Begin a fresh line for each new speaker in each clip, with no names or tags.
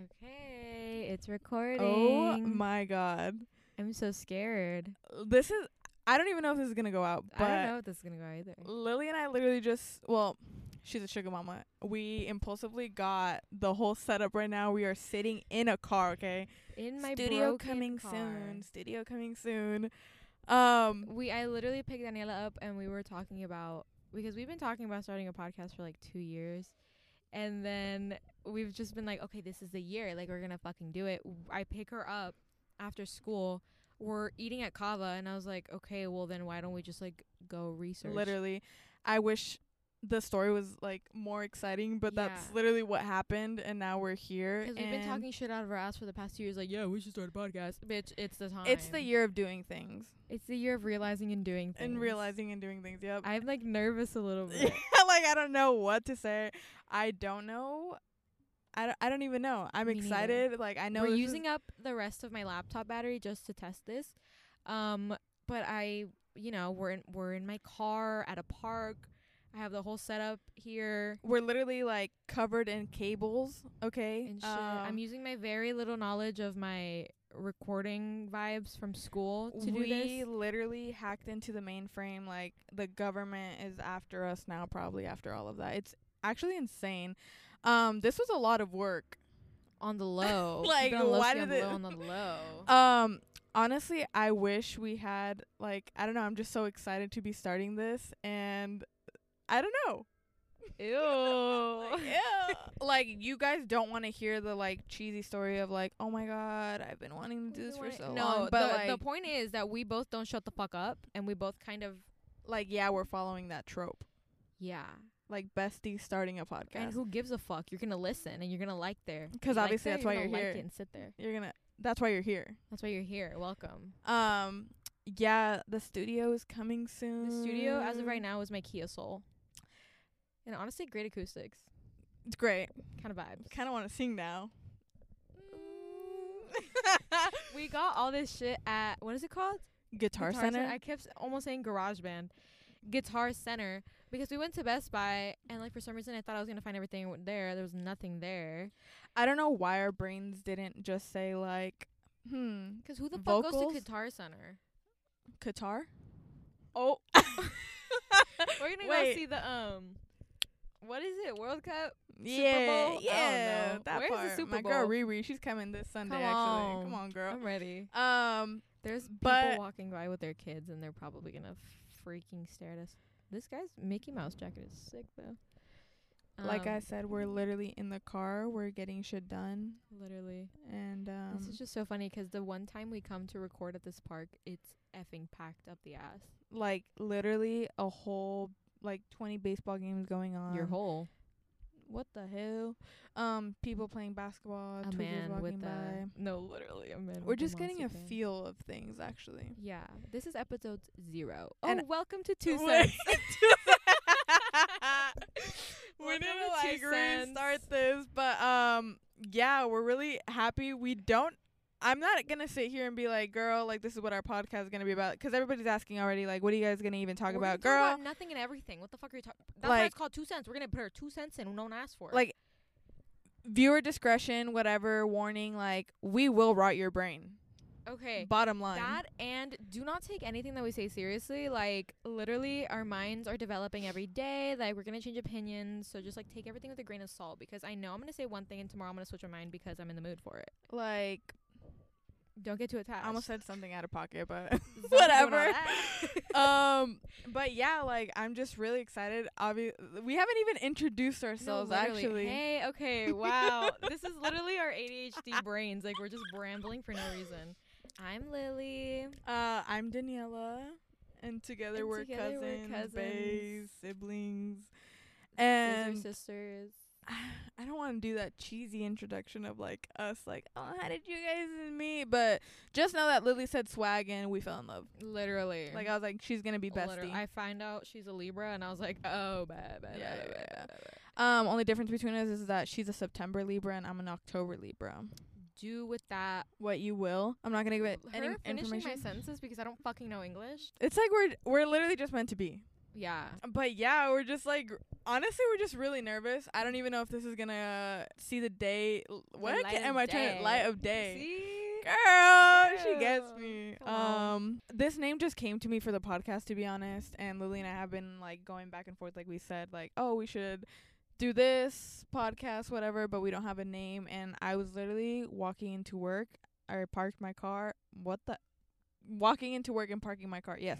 Okay, it's recording.
Oh my god.
I'm so scared.
This is I don't even know if this is gonna go out,
I don't know
but
if this is gonna go either.
Lily and I literally just well, she's a sugar mama. We impulsively got the whole setup right now. We are sitting in a car, okay?
In my
Studio
broken
coming
car.
soon. Studio coming soon. Um
We I literally picked Daniela up and we were talking about because we've been talking about starting a podcast for like two years, and then we've just been like, okay, this is the year. Like we're gonna fucking do it. W- I pick her up after school. We're eating at Kava, and I was like, okay, well then why don't we just like go research?
literally I wish the story was like more exciting, but that's
Yeah.
literally what happened and now we're here.
Because we've been
and
talking shit out of our ass for the past two years, like, yeah, we should start a podcast. Bitch, it's the time.
it's the year of doing things,
It's the year of realizing and doing things.
and realizing and doing things. Yep.
I'm like nervous a little
yeah,
bit.
like I don't know what to say. I don't know. I don't, I don't even know. I'm
Me neither.
excited. Like I know
We're
this is-
using up the rest of my laptop battery just to test this. Um, but I, you know, we're in we're in my car at a park. I have the whole setup here
we're literally like covered in cables. Okay.
and shit. I'm
Um,
using my very little knowledge of my recording vibes from school to do
we
this.
literally hacked into the mainframe. Like the government is after us now. Probably after all of that. It's actually insane. Um, this was a lot of work.
on the low. Keep
Like,
it on the low,
why
stay on
did
the
it-
low, on the low?
Um, honestly, I wish we had like I don't know. I'm just so excited to be starting this, and I don't know.
Ew.
like, ew. like you guys don't want to hear the like cheesy story of like, oh my god, I've been wanting to do this for so
no,
long. But
the,
like,
the point is that we both don't shut the fuck up, and we both kind of
like yeah, we're following that trope.
yeah.
Like besties starting a podcast.
And who gives a fuck? You're gonna listen and you're gonna like there You
'Cause
like
obviously
there,
that's why
gonna
you're
like
here.
It and sit there.
You're gonna. That's why you're here.
That's why you're here. Welcome.
Um. Yeah, the studio is coming soon.
The studio, as of right now, is my Kia Soul, and honestly, great acoustics,
it's great.
kind of vibes.
Kind of want to sing now.
we got all this shit at what is it called?
Guitar, Center.
I kept s- almost saying Garage Band, Guitar Center, because we went to Best Buy and like for some reason I thought I was gonna find everything w- there. There was nothing there.
I don't know why our brains didn't just say like, hmm,
'Cause who the fuck goes
Vocals?
to Guitar Center?
Qatar. Oh.
We're gonna
Wait.
go see the um, what is it? World Cup?
Yeah,
Bowl? I don't
yeah.
know.
That
Where's the
part.
Super
My girl
Bowl?
Riri, she's coming this Sunday.
Come
actually,
on.
come on, girl.
I'm ready.
Um,
There's people
But-
walking by with their kids, and they're probably gonna freaking stare at us. This guy's Mickey Mouse jacket is sick though.
like I
Um,
said, we're literally in the car. We're getting shit done,
literally,
and um,
this is just so funny 'cause the one time we come to record at this park, it's effing packed up the ass.
like literally a whole like 20 baseball games going on.
Your whole
what the hell? Um, people playing basketball.
a
tweakers
man
walking
with
by.
a no, literally a man.
We're
with
just getting a
monster fan.
feel of things, actually.
Yeah, this is episode zero. Oh,
And-
welcome to two
Wait.
cents.
we
Welcome
didn't
to
like
Two Cents.
restart this, but um, yeah, we're really happy. We don't. I'm not gonna sit here and be like, girl, like this is what our podcast is gonna be about, because everybody's asking already, like, what are you guys gonna even talk
We're
about,
gonna
girl?
about nothing and everything. What the fuck are you talking? That's why
Like-
it's called two cents. We're gonna put our two cents in. No one asked for it.
like, viewer discretion, whatever. Warning, like, we will rot your brain.
okay,
Bottom line.
that and do not take anything that we say seriously. Like literally, our minds are developing every day. Like we're gonna change opinions. So just like take everything with a grain of salt because I know I'm gonna say one thing and tomorrow I'm gonna switch my mind because I'm in the mood for it.
like,
Don't get too attached.
I almost said something out of pocket, but
Zoe's doing all
whatever.
that.
um but yeah like i'm just really excited obvi- we haven't even introduced
No,
ourselves
literally.
actually
Hey, okay, wow. this is literally our ADHD brains. Like we're just rambling for no reason. I'm Lily.
uh i'm daniela and together,
And
we're,
together we're
cousins,
cousins.
bays siblings
These are
and
sisters.
i don't want to do that cheesy introduction of like us like oh how did you guys and me but just know that lily said swag and we fell in love
Literally.
like i was like she's gonna be bestie
Literal- I find out she's a Libra, and I was like, oh, bad, bad,
Yeah,
bad,
yeah,
bad,
yeah.
bad, bad.
um only difference between us is that she's a september libra and i'm an october libra
Do with that.
what you will i'm not gonna give it
Her
any
finishing
information
my sentences because I don't fucking know English.
It's like we're we're literally just meant to be.
Yeah.
But yeah, we're just like honestly, we're just really nervous. I don't even know if this is gonna see the day. l- What
light of
am I trying?
day.
to Light of day.
See?
Girl, she gets
Girl,
me.
come on.
Um, this name just came to me for the podcast, to be honest. And Lily and I have been like going back and forth, like we said, like oh, we should do this podcast, whatever, but we don't have a name. And I was literally walking into work. I parked my car. What the? Walking into work and parking my car. Yes.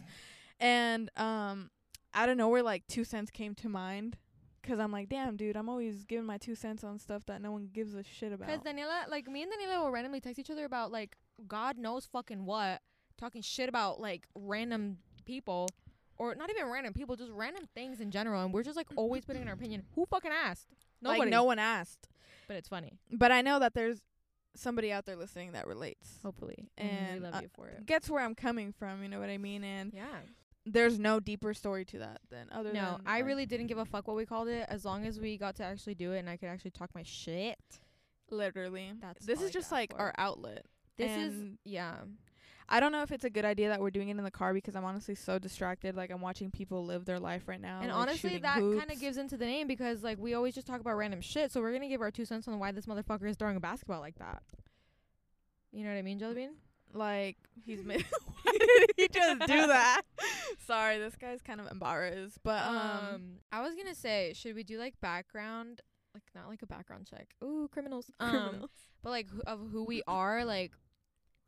And um, out of nowhere, like two cents came to mind. Cause I'm like, damn, dude, I'm always giving my two cents on stuff that no one gives a shit about.
Because Daniela, like me and Daniela will randomly text each other about like God knows fucking what, talking shit about like random people, or not even random people, just random things in general, and we're just like always putting in our opinion. Who fucking asked? Nobody.
Like no one asked.
But it's funny.
but I know that there's somebody out there listening that relates.
Hopefully, we
And,
love
uh,
you for it.
Gets where I'm coming from, you know what I mean? And
Yeah.
there's no deeper story to that than other than
No, I
like-
really didn't give a fuck what we called it, as long as we got to actually do it and I could actually talk my shit.
literally.
That's
this
all
is
I
just
got
like
for
our
it.
outlet.
This is
And-
yeah.
I don't know if it's a good idea that we're doing it in the car because I'm honestly so distracted. Like I'm watching people live their life right now.
And
like,
honestly,
shooting
that kind
hoops.
of gives into the name because like we always just talk about random shit. So we're gonna give our two cents on why this motherfucker is throwing a basketball like that. You know what I mean, Jellybean?
like he's mid. Why did he just do that? Sorry, this guy's kind of embarrassed. But um
Mm, I was gonna say, should we do like background, like not like a background check? Ooh, criminals. Um,
criminal.
but like who, of who we are, like.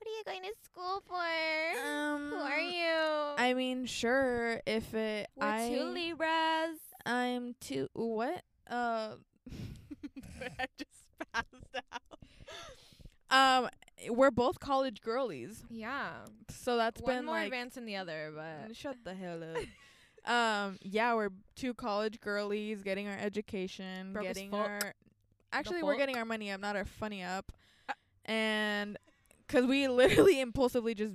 What are you going to school for?
um
who are you?
I mean, sure. If it,
We're
I,
two Libras.
I'm too. What? Uh, I just passed out. Um, we're both college girlies,
Yeah.
so that's
One
been
more
like.
advanced than the other, but
Shut the hell up. um, yeah, we're two college girlies getting our education,
Broke as
getting
fuck.
our. Actually, we're
fuck.
getting our money up, not our funny up,
Uh
and because we literally impulsively just,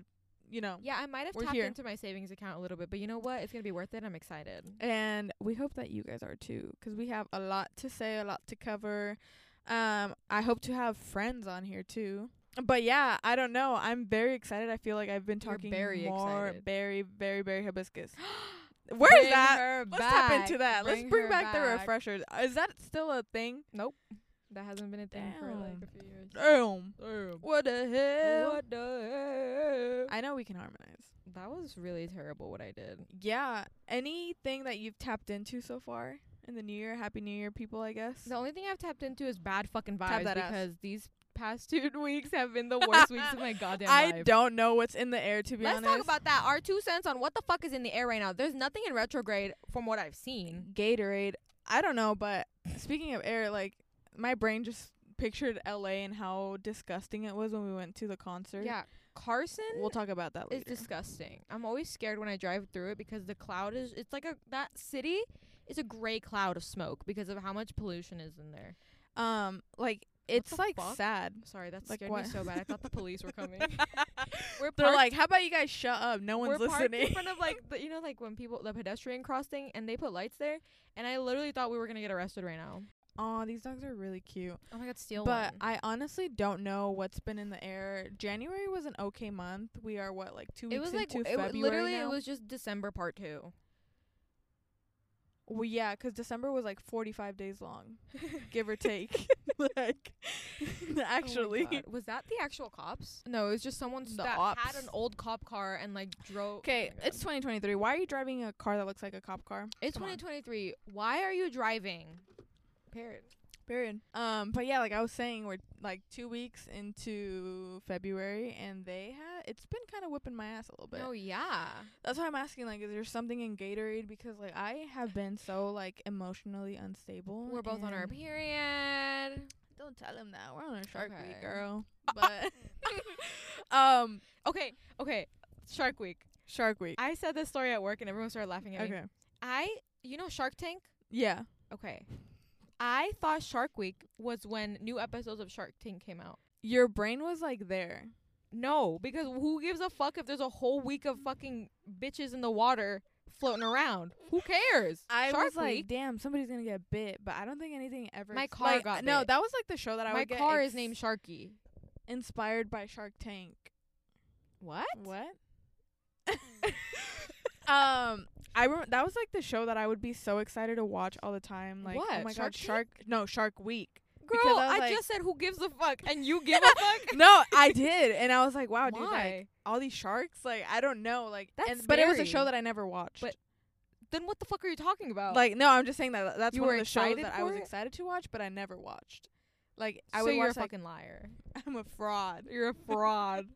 you know,
Yeah, I might have
We're
tapped
here.
into my savings account a little bit, but you know what? It's gonna be worth it. I'm excited.
and we hope that you guys are too, 'cause we have a lot to say a lot to cover um i hope to have friends on here too but yeah i don't know i'm very excited i feel like i've been
You're
talking
very
more
excited.
very very very hibiscus where is that let's tap into that let's bring back, the refreshers is that still a thing
That hasn't been a thing for like a few years.
Damn.
Damn.
what the hell
What the
i know we can harmonize
That was really terrible what I did.
yeah anything that you've tapped into so far in the new year happy new year people i guess
The only thing I've tapped into is bad fucking vibes
that ass.
because these past two weeks have been the worst weeks of my goddamn
I
life.
don't know what's in the air to be
Let's
honest.
talk about that. Our two cents on what the fuck is in the air right now. There's nothing in retrograde from what I've seen.
Gatorade. I don't know, but speaking of air, like my brain just pictured LA and how disgusting it was when we went to the concert.
Yeah. Carson
We'll talk about that
It's
later.
disgusting. I'm always scared when I drive through it because the cloud is it's like a that city is a gray cloud of smoke because of how much pollution is in there.
um like it's
the
like
fuck?
sad.
Sorry, that
Like
scared
what?
me so bad. I thought the police were coming. we're
They're
parked-
like, How about you guys shut up? No
we're
one's
parked in
listening.
front of like the, you know like when people the pedestrian crossing and they put lights there and I literally thought we were gonna get arrested right now.
Aw, these dogs are really cute.
Oh my god, steal
But
one.
I honestly don't know what's been in the air. January was an okay month. We are what, like two
it
weeks
was like
into
it
February
w- literally
now?
it was just December part two.
Well, yeah, 'cause December was like 45 days long, give or take. like,
Oh my
actually.
God. was that the actual cops? No, it was just someone
The
that
ops.
had an old cop car and like drove.
Okay,
Oh my God.
it's 2023. Why are you driving a car that looks like a cop car?
It's
Come on.
2023. Why are you driving? Period.
Period. Um, but yeah, like I was saying, we're like two weeks into February, and they had it's been kind of whipping my ass a little bit.
No, yeah.
That's why I'm asking, like, is there something in Gatorade? Because like I have been so like emotionally unstable.
We're both on our
and-
period.
Don't tell him that we're on a Shark
Okay.
Week, girl. But um,
Okay, okay. Shark Week.
Shark Week.
I said this story at work and everyone started laughing at me.
Okay.
I, you know Shark Tank?
Yeah.
Okay. I thought Shark Week was when new episodes of Shark Tank came out.
Your brain was like there.
No, because who gives a fuck if there's a whole week of fucking bitches in the water floating around? Who cares?
I
Shark
was like,
Week.
damn, somebody's gonna get bit, but I don't think anything ever.
My
ex-
car
like,
got
no.
bit.
That was like the show that I
my
would get
car is
ex-
named Sharky.
inspired by Shark Tank.
What?
What? um, I rem- that was like the show that I would be so excited to watch all the time. Like, oh
What?
my
Shark
god,
Tank?
Shark no Shark Week.
Girl,
I was
I,
like-
just said who gives a fuck, and you give a fuck.
no, I did, and I was like, wow, Oh, dude, like
Why?
all these sharks, like I don't know, like
That's
and- but it was a show
scary.
that I never watched.
But then what the fuck are you talking about?
like no, I'm just saying that that's
Oh. You
one
were
of the shows
excited
that I
for
was
it?
excited to watch, but I never watched. Like I
so
would
you're
watch
a
like
fucking liar.
I'm a fraud.
You're a fraud.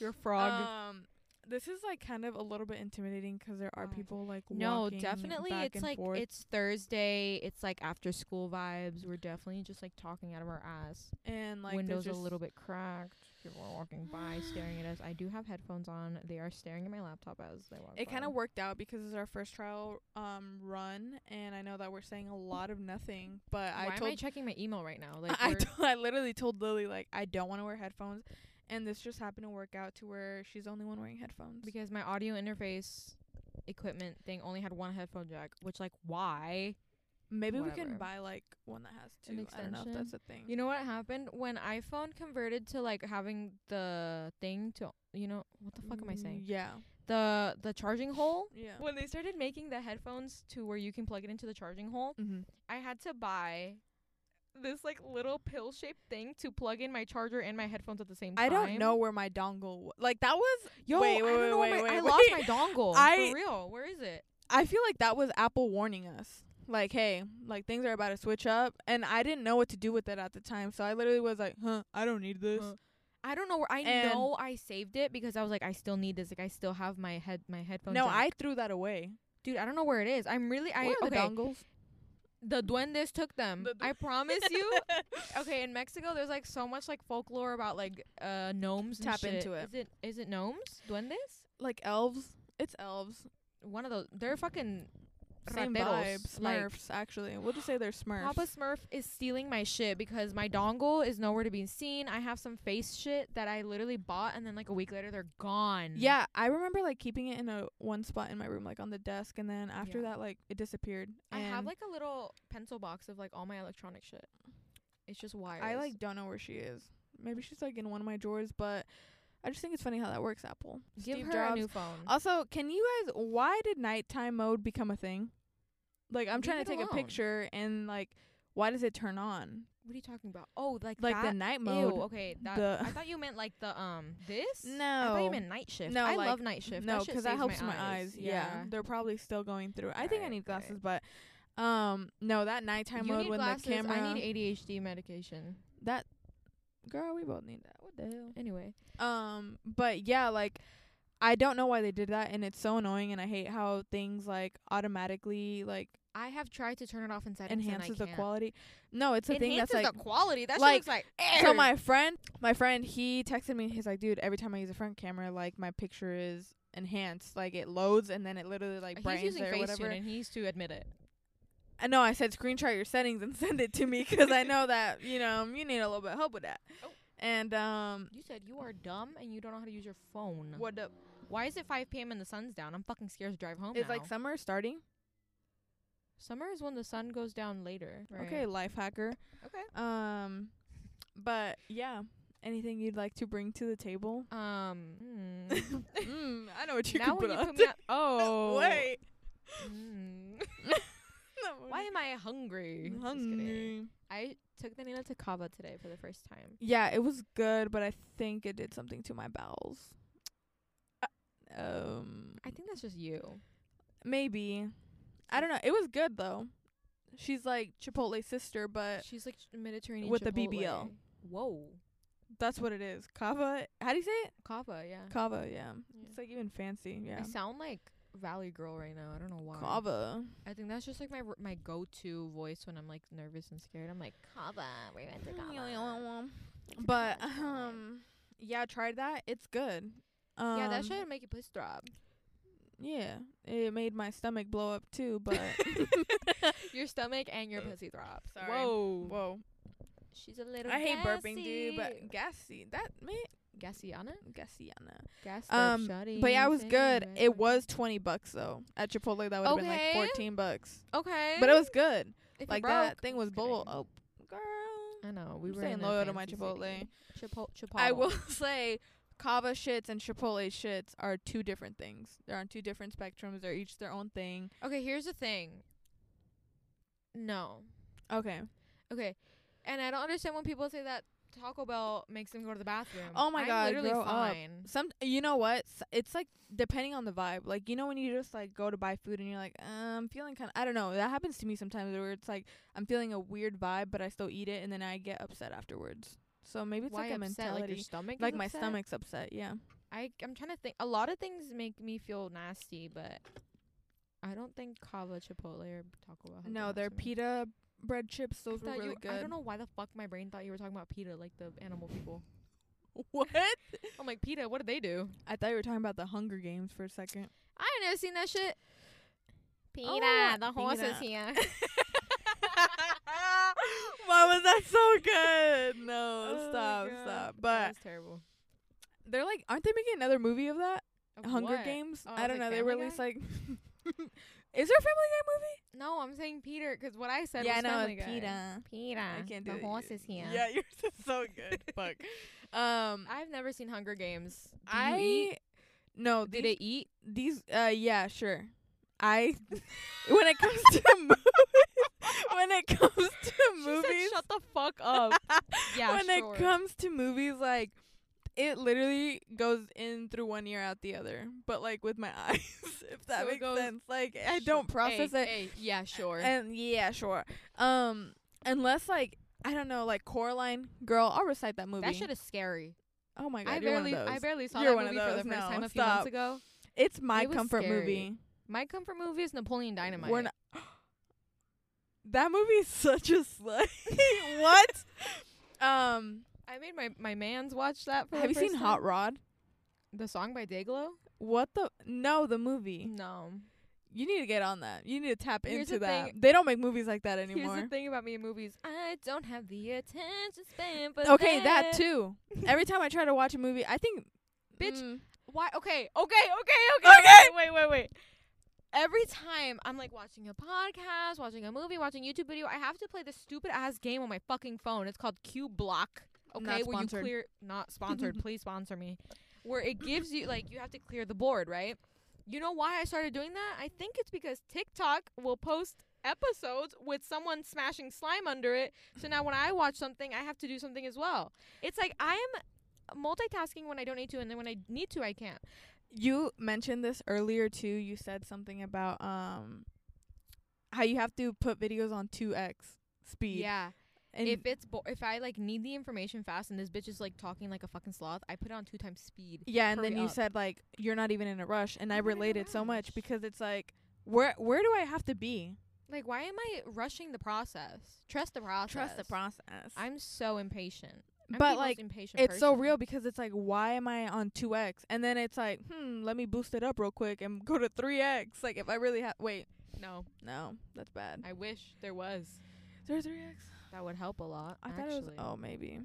you're a frog.
Um, this is like kind of a little bit intimidating 'cause there are
Why?
people like
no,
walking
definitely.
back
It's
and
like
forth.
it's Thursday. It's like after school vibes. We're definitely just like talking out of our ass.
and like
Windows a little bit cracked. People are walking by, staring at us. I do have headphones on. They are staring at my laptop as they walk.
It kind
by.
of worked out because it's our first trial um run, and I know that we're saying a lot of nothing, but
Why
I
am I
told
checking my email right now? Like
I,
we're-
told- I literally told Lily like I don't want to wear headphones, and this just happened to work out to where she's the only one wearing headphones.
because my audio interface equipment thing only had one headphone jack, which like why?
Maybe we can
whatever.
buy like one that has two.
An
I don't know if that's a thing.
You know what happened when iPhone converted to like having the thing to you know what the fuck am I saying?
Mm, Yeah,
The the charging hole.
yeah.
When they started making the headphones to where you can plug it into the charging hole,
Mm-hmm.
I had to buy this like little pill shaped thing to plug in my charger and my headphones at the same time.
I don't know where my dongle wa- like that was.
Yo,
wait,
I
wait,
don't
wait,
know where
wait,
my,
wait,
I lost
wait.
my dongle.
I-
for real. Where is it?
I feel like that was Apple warning us. Like, hey, like things are about to switch up, and I didn't know what to do with it at the time. So I literally was like, huh, I don't need this.
Huh. I don't know where I
And-
know I saved it because I was like I still need this like I still have my head my headphones.
No,
jack.
I threw that away.
dude I don't know where it is. I'm really I
Where are
okay.
the dongles?
the duendes took them.
The du-
I promise you. okay, in Mexico, there's like so much like folklore about like uh gnomes. and
Tap
shit.
into it.
Is it is it gnomes? Duendes?
like elves. It's elves.
One of those. They're fucking.
Same vibe.
rateros, like-
Smurfs, actually. We'll just say they're Smurfs.
Papa Smurf is stealing my shit because my dongle is nowhere to be seen. I have some face shit that I literally bought, and then like a week later, they're gone.
yeah, I remember like keeping it in a one spot in my room, like on the desk, and then after
Yeah.
that, like it disappeared.
I have
and
like a little pencil box of like all my electronic shit. It's just wires.
I like don't know where she is. Maybe she's like in one of my drawers, but I just think it's funny how that works. Apple.
give
Steve
her
Jobs.
a new phone.
Also, can you guys why did nighttime mode become a thing? Like I'm
Leave
trying
it
to take a
alone.
picture and like why does it turn on?
what are you talking about? Oh, like
Like the
that?
night mode.
Ew, okay, that,
The-
I thought you meant like the um this. I thought
No.
you meant night shift.
No,
I
like-
love night shift.
No,
that shit
because that
saves
helps
my,
eyes. Yeah. they're probably still going through. I think I
Right,
need
right.
glasses, but um, no, that nighttime
you
mode
need
when
glasses.
the camera.
I need ADHD medication.
that girl, we both need that. What the hell?
Anyway,
Um, but yeah, like I don't know why they did that, and it's so annoying, and I hate how things like automatically like
I have tried to turn it off in settings
enhances
and I
the
can't.
quality. No, it's a thing that's
Enhances
like
the quality. That
like-
shit looks like
So
air.
my friend, my friend, he texted me. He's like, dude, every time I use a front camera, like my picture is enhanced, like it loads, and then it literally like
He's
brightens
using
it or whatever.
Facetune and he's to admit it.
I know I said screenshot your settings and send it to me 'cause I know that you know you need a little bit of help with that.
Oh.
And um,
You said you are dumb and you don't know how to use your phone.
what up?
Why is it 5 p.m. and the sun's down? I'm fucking scared to drive home.
It's
now.
like summer starting.
summer is when the sun goes down later. Right?
Okay, life hacker.
Okay.
Um, but yeah, anything you'd like to bring to the table?
Um. hmm.
mm, I know what you
now
could
when
put
you
up.
put me out- oh
wait.
Mm.
No,
Why am I hungry? Just kidding.
hungry?
I took the Nina to Kava today for the first time.
Yeah, it was good, but I think it did something to my bowels. Uh, Um,
I think that's just you.
maybe. I don't know. It was good though. She's like Chipotle sister, but
She's like Mediterranean
Uh, with the
Chipotle.
BBL.
Whoa,
that's what it is. Kava. How do you say it?
Kava, yeah.
Kava. Yeah.
Uh-huh. Yeah.
It's like even fancy. Yeah.
I sound like Valley Girl right now. I don't know why.
Kava.
I think that's just like my r- my go-to voice when I'm like nervous and scared. I'm like Kava. We went to Kava.
But um, yeah, tried that. It's good. Um,
yeah, that should make your pussy throb.
Yeah, it made my stomach blow up too. But
Your stomach and your pussy throb.
Sorry.
Whoa.
Uh, whoa,
She's a little.
I hate
gassy.
burping, dude. But gassy. That me
Gassiana.
Gassiana.
Gas.
Um, But yeah, it was good. It was twenty bucks though. At Chipotle, that would have been like
Okay.
fourteen bucks.
okay.
But it was good.
If you're
Like
broke-
that thing was
Just kidding.
bull. Oh, girl.
I know. We
I'm
were
staying
in a
loyal to my
fancy
Chipotle.
city. Chipo- Chipotle.
I will say, Kava shits and Chipotle shits are two different things. They're on two different spectrums. They're each their own thing.
Okay, here's the thing. No.
Okay.
Okay. And I don't understand when people say that Taco Bell makes them go to the bathroom.
Oh my
I'm
God,
literally
grow up.
fine.
Some you know what? S- It's like depending on the vibe. Like you know when you just like go to buy food and you're like, uh, I'm feeling kind of I don't know. That happens to me sometimes where it's like I'm feeling a weird vibe, but I still eat it and then I get upset afterwards. So maybe it's
Why
like a
upset? Like
mentality.
your stomach?
like
is
my
upset?
stomach's upset. Yeah.
I I'm trying to think. A lot of things make me feel nasty, but I don't think Kava, Chipotle, or Taco Bell. have
No,
that
they're
to me.
pita bread chips. Those
Thought
Oh, were really
you,
good.
I don't know why the fuck my brain thought you were talking about PETA, like the animal people.
what.
I'm like, PETA, what did they do?
I thought you were talking about the Hunger Games for a second.
I ain't never seen that shit. PETA,
yeah,
the horse is
PETA.
here.
Why was that so good? No,
Oh my
stop,
God.
stop.
that
But
was terrible.
they're like, aren't they making another movie of that?
Of
Hunger
what?
Games?
Oh,
I
it's like
don't know. They
Family
released
Guy?
like. Is there a Family Guy movie?
No, I'm saying Peter 'cause what I said
yeah,
was
no,
Family
it's
Guy.
PETA.
Peter,
I can't do
the
it.
horse is here.
Yeah, yours is so good. Fuck. Um,
I've never seen Hunger Games. Do
I
you eat?
no.
Do
These,
they eat?
these? Uh, yeah, sure. I when it comes to movies, when it comes to movies,
Shut the fuck up. yeah,
when
sure.
it comes to movies, like it literally goes in through one ear out the other, but like with my eyes, if that
So it
makes
goes-
sense. Like I
Sure.
don't process
hey,
it.
Hey, yeah, sure.
And yeah, sure. Um, unless like I don't know, like Coraline, girl, I'll recite that movie.
that shit is scary.
oh my god,
I
you're
barely,
one of those.
I barely saw
You're
that
one of
movie for
those.
the first
No,
time a few
stop.
months ago.
it's my
it was
comfort
scary.
movie.
My comfort movie is Napoleon Dynamite.
We're not. That movie is such a slut. what? Um,
I made my my man's watch that. For the
have you seen
first
Hot
time.
Rod?
The song by Dayglow?
What the? No, the movie.
No.
You need to get on that. You need to tap
Mm. Here's
into
the
that.
thing-
They don't make movies like that anymore.
Here's the thing about me in movies. I don't have the attention span. But
okay, that too. Every time I try to watch a movie, I think,
Bitch,
mm,
Why? Okay, okay, okay, okay.
Okay.
Wait, wait, wait. Every time I'm like watching a podcast, watching a movie, watching a YouTube video, I have to play this stupid ass game on my fucking phone. It's called Q Block. Okay,
Not
where you
sponsored.
clear not sponsored. please sponsor me. Where it gives you like you have to clear the board, right? You know why I started doing that? I think it's because TikTok will post episodes with someone smashing slime under it. So now when I watch something, I have to do something as well. It's like I am multitasking when I don't need to, and then when I need to, I can't.
you mentioned this earlier too. You said something about um, how you have to put videos on two x speed.
Yeah.
and
if it's bo- if I like need the information fast and this bitch is like talking like a fucking sloth, I put it on two times speed.
Yeah, and then
Hurry
you
up.
said like you're not even in a rush, and I
I'm not in a
related so much
rush.
because it's like where where do I have to be?
Like, why am I rushing the process? Trust the process.
process.
I'm so impatient. I'm
but
the
like
most impatient
it's so
person.
real because it's like why am I on two X? And then it's like hmm, let me boost it up real quick and go to three X. Like if I really have wait,
No,
no, that's bad.
I wish there was.
There's three X.
That would help a lot.
I
actually.
thought it was oh maybe,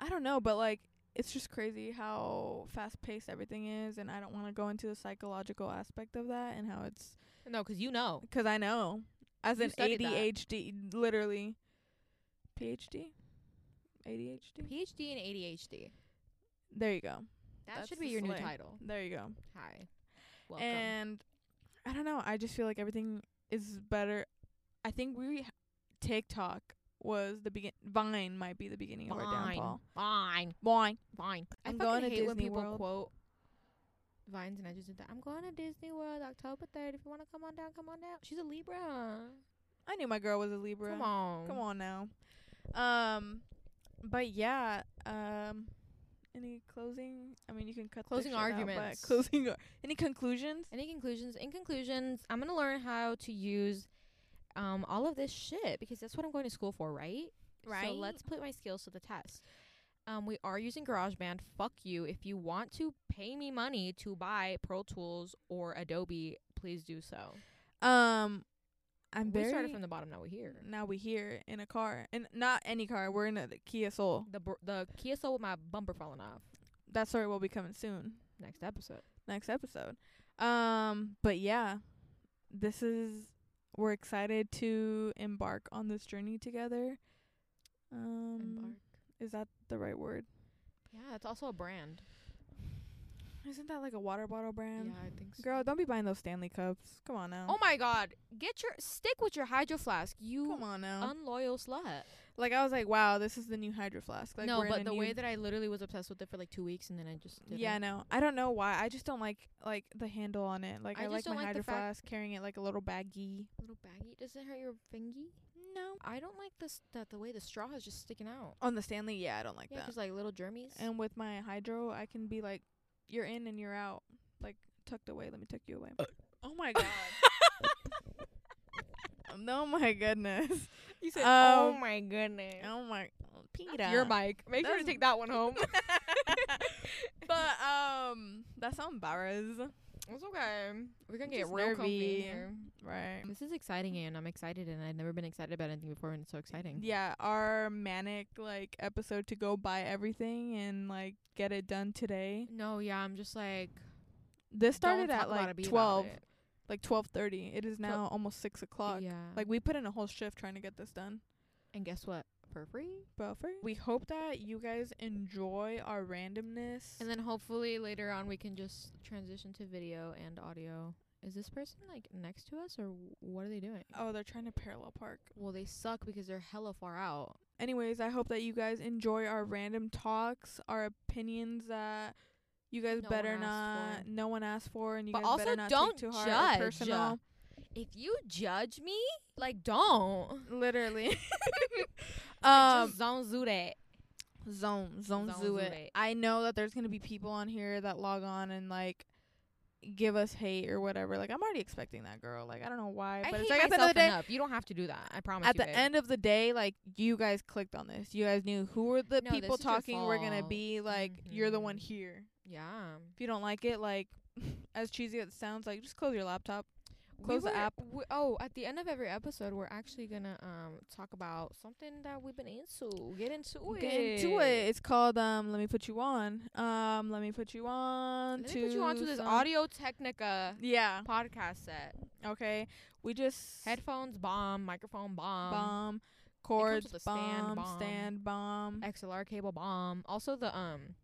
I don't know, but like. It's just crazy how fast paced everything is, and I don't want to go into the psychological aspect of that and how it's
No, 'cause you know.
Because I know. As
You
an
studied that.
ADHD, literally. PhD? ADHD?
PhD and ADHD.
There you go.
That
That's
should be
the
your new
slay.
title.
There you go.
Hi. Welcome.
And I don't know. I just feel like everything is better. I think we. TikTok was the begin. Vine might be the beginning of our
Vine.
downfall.
Fine.
Vine.
Fine. I
I'm
fucking
going to
hate when
Disney
people
World.
quote Vines and I just did that. I'm going to Disney World October 3rd. If you want to come on down, come on down. She's a Libra.
I knew my girl was a Libra.
Come on.
Come on now. Um, but yeah. Um, any closing? I mean, you can cut this
Closing
shit out, but
arguments.
closing. Ar- any conclusions?
Any conclusions? In conclusions, I'm going to learn how to use um all of this shit because that's what I'm going to school for, right? So
Right.
let's put my skills to the test. Um, we are using GarageBand. Fuck you. If you want to pay me money to buy Pro Tools or Adobe, please do so.
Um, I'm
we
very.
started from the bottom, now we're here.
now we here in a car, and not any car. We're in a Kia Soul.
The br- the Kia Soul with my bumper falling off.
That story will be coming soon,
Next episode.
next episode. Um, but yeah, this is. We're excited to embark on this journey together. Um,
Embark.
is that the right word?
Yeah, it's also a brand.
Isn't that like a water bottle brand?
I think
Girl, don't be buying those Stanley cups. Come on now.
Oh my god. Get your stick with your hydro flask. You
Come on now.
Um, unloyal slut.
like I was like, wow, this is the new Hydro Flask. Like,
no,
we're in
but
a
the
new-
way that I literally was obsessed with it for like 2 weeks and then I just didn't.
yeah, no, I don't know why. I just don't like like the handle on it. Like
I
I,
just
like
don't
my
like the
Hydro
fact-
Flask carrying it like a little baggie.
Little baggy. Does it hurt your fingy?
No.
I don't like this that the way the straw is just sticking out.
On the Stanley, yeah, I don't like
Yeah,
that.
just like little germies.
And with my Hydro, I can be like, you're in and you're out, like tucked away. Let me tuck you away.
Uh.
oh my god. no, my goodness.
you said,
Um,
"Oh my goodness."
Oh my. Pink it
That's
up.
your mic. Make sure to
That's-
take that one home.
but um, that's on Barra's.
it's okay. We're gonna
get
get
real
real
comfy
comfy.
in here. Right.
This is exciting, and I'm excited, and I've never been excited about anything before, and it's so exciting.
Yeah, our manic like episode to go buy everything and like get it done today.
No, yeah, I'm just like
This
don't
started
talk
at
about
like
it, be about
twelve,
it.
like twelve thirty. It is now almost six o'clock.
Yeah,
Like we put in a whole shift trying to get this done.
and guess what? For free.
But we hope that you guys enjoy our randomness.
And then hopefully later on we can just transition to video and audio. Is this person like next to us, or what are they doing?
oh, they're trying to parallel park.
Well, they suck because they're hella far out.
Anyways, I hope that you guys enjoy our random talks, our opinions that you guys
No one
better
asked
not,
for.
no one asked for, and you
But
guys
also
better not
don't
take too hard or
judge.
personal.
If you judge me, like don't.
Literally.
Um,
um,
don't do that.
zone, zone,
zone
zoo
zoo
it.
it.
I know that there's gonna be people on here that log on and like give us hate or whatever. Like I'm already expecting that girl. Like I don't know why,
I hate
but it's like at the end of
myself
the day.
enough. You don't have to do that. I promise.
At
you,
the
babe.
end of the day, like you guys clicked on this. You guys knew who were the
No,
people
this is your
talking. We're gonna
fault.
be like, you're the one
Mhm.
here.
yeah,
If you don't like it, like as cheesy as it sounds, like just close your laptop.
We
Close the
were-
app.
we- oh, at the end of every episode, we're actually gonna um talk about something that we've been into. Get into it.
Get into it. It's called um. Let me put you on. Um. Let me put you on.
Let me put you onto this
some-
Audio Technica
Yeah.
podcast set.
Okay. We just
Headphones bomb, microphone bomb,
bomb,
comes
cords
with a stand
bomb,
bomb.
stand bomb.
XLR cable bomb. Also the um,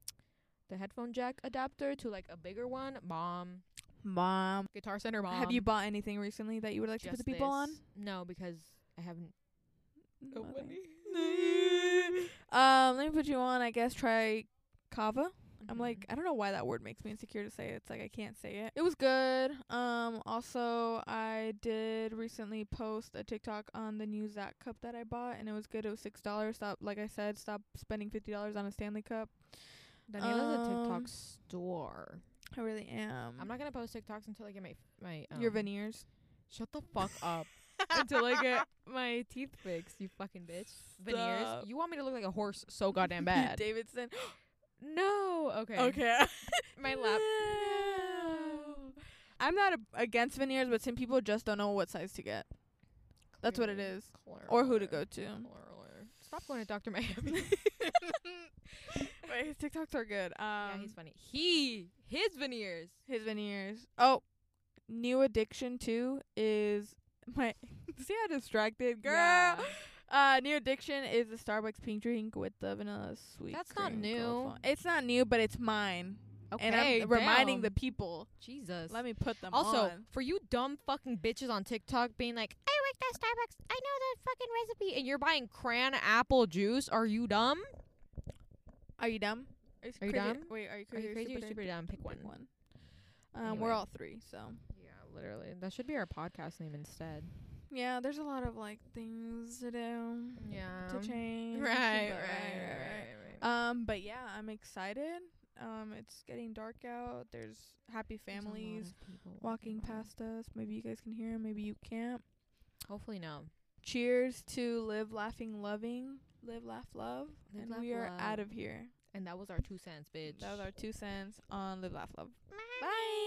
the headphone jack adapter to like a bigger one bomb.
Bomb.
Guitar Center bomb.
Have you bought anything recently that you would like to put
Just
the people on?
this. No, because I haven't.
Nothing. um, let me put you on. I guess try kava.
Mm-hmm.
I'm like, I don't know why that word makes me insecure to say it. It's like I can't say it. It was good. Um, also I did recently post a TikTok on the new Zach cup that I bought, and it was good. It was six dollars. Stop, like I said, stop spending fifty dollars on a Stanley cup.
Daniela's a
um,
TikTok store.
I really am.
I'm not gonna post TikToks until I get my my um,
your veneers.
Shut the fuck up. until I get my teeth fixed, you fucking bitch. Veneers.
Stop.
You want me to look like a horse so goddamn bad.
Davidson.
no. Okay.
Okay.
My lap.
No. I'm not a- against veneers, but some people just don't know what size to get That's what it
Clearly.
is. or who
Clearly.
to go to.
Clearly. Stop going to Dr. Miami.
Wait, his TikToks are good. Um,
yeah, he's funny. He, his veneers.
his veneers. Oh, new addiction too is my. See how distracted, girl.
Yeah.
Uh, new addiction is the Starbucks pink drink with the vanilla sweet.
That's not
cream
new.
coleslaw. It's not new, but it's mine,
Okay.
and I'm reminding the
damn.
people.
Jesus.
Let me put them
also,
on.
for you dumb fucking bitches on TikTok being like, I worked at Starbucks. I know the fucking recipe. And you're buying cran apple juice. Are you dumb?
Are you dumb? Are you,
Are you
crazy?
dumb?
Wait, are you
Are
crazy?
you crazy or super dumb? Pick one.
Pick one. Um, we're
Anyway.
all three, so
Yeah, literally. That should be our podcast name instead.
yeah. There's a lot of like things to do
Yeah.
to change.
Right, right, right,
but-
right.
Um, but yeah, I'm excited. Um, it's getting dark out. There's happy families walking past us. Maybe you guys can hear 'em, Maybe you can't.
Hopefully no.
Cheers to live, laughing, loving. Live, laugh, love.
Live,
and
laugh,
we are
love.
out of here.
And that was our two cents, bitch.
That was our two cents on live, laugh, love. Bye.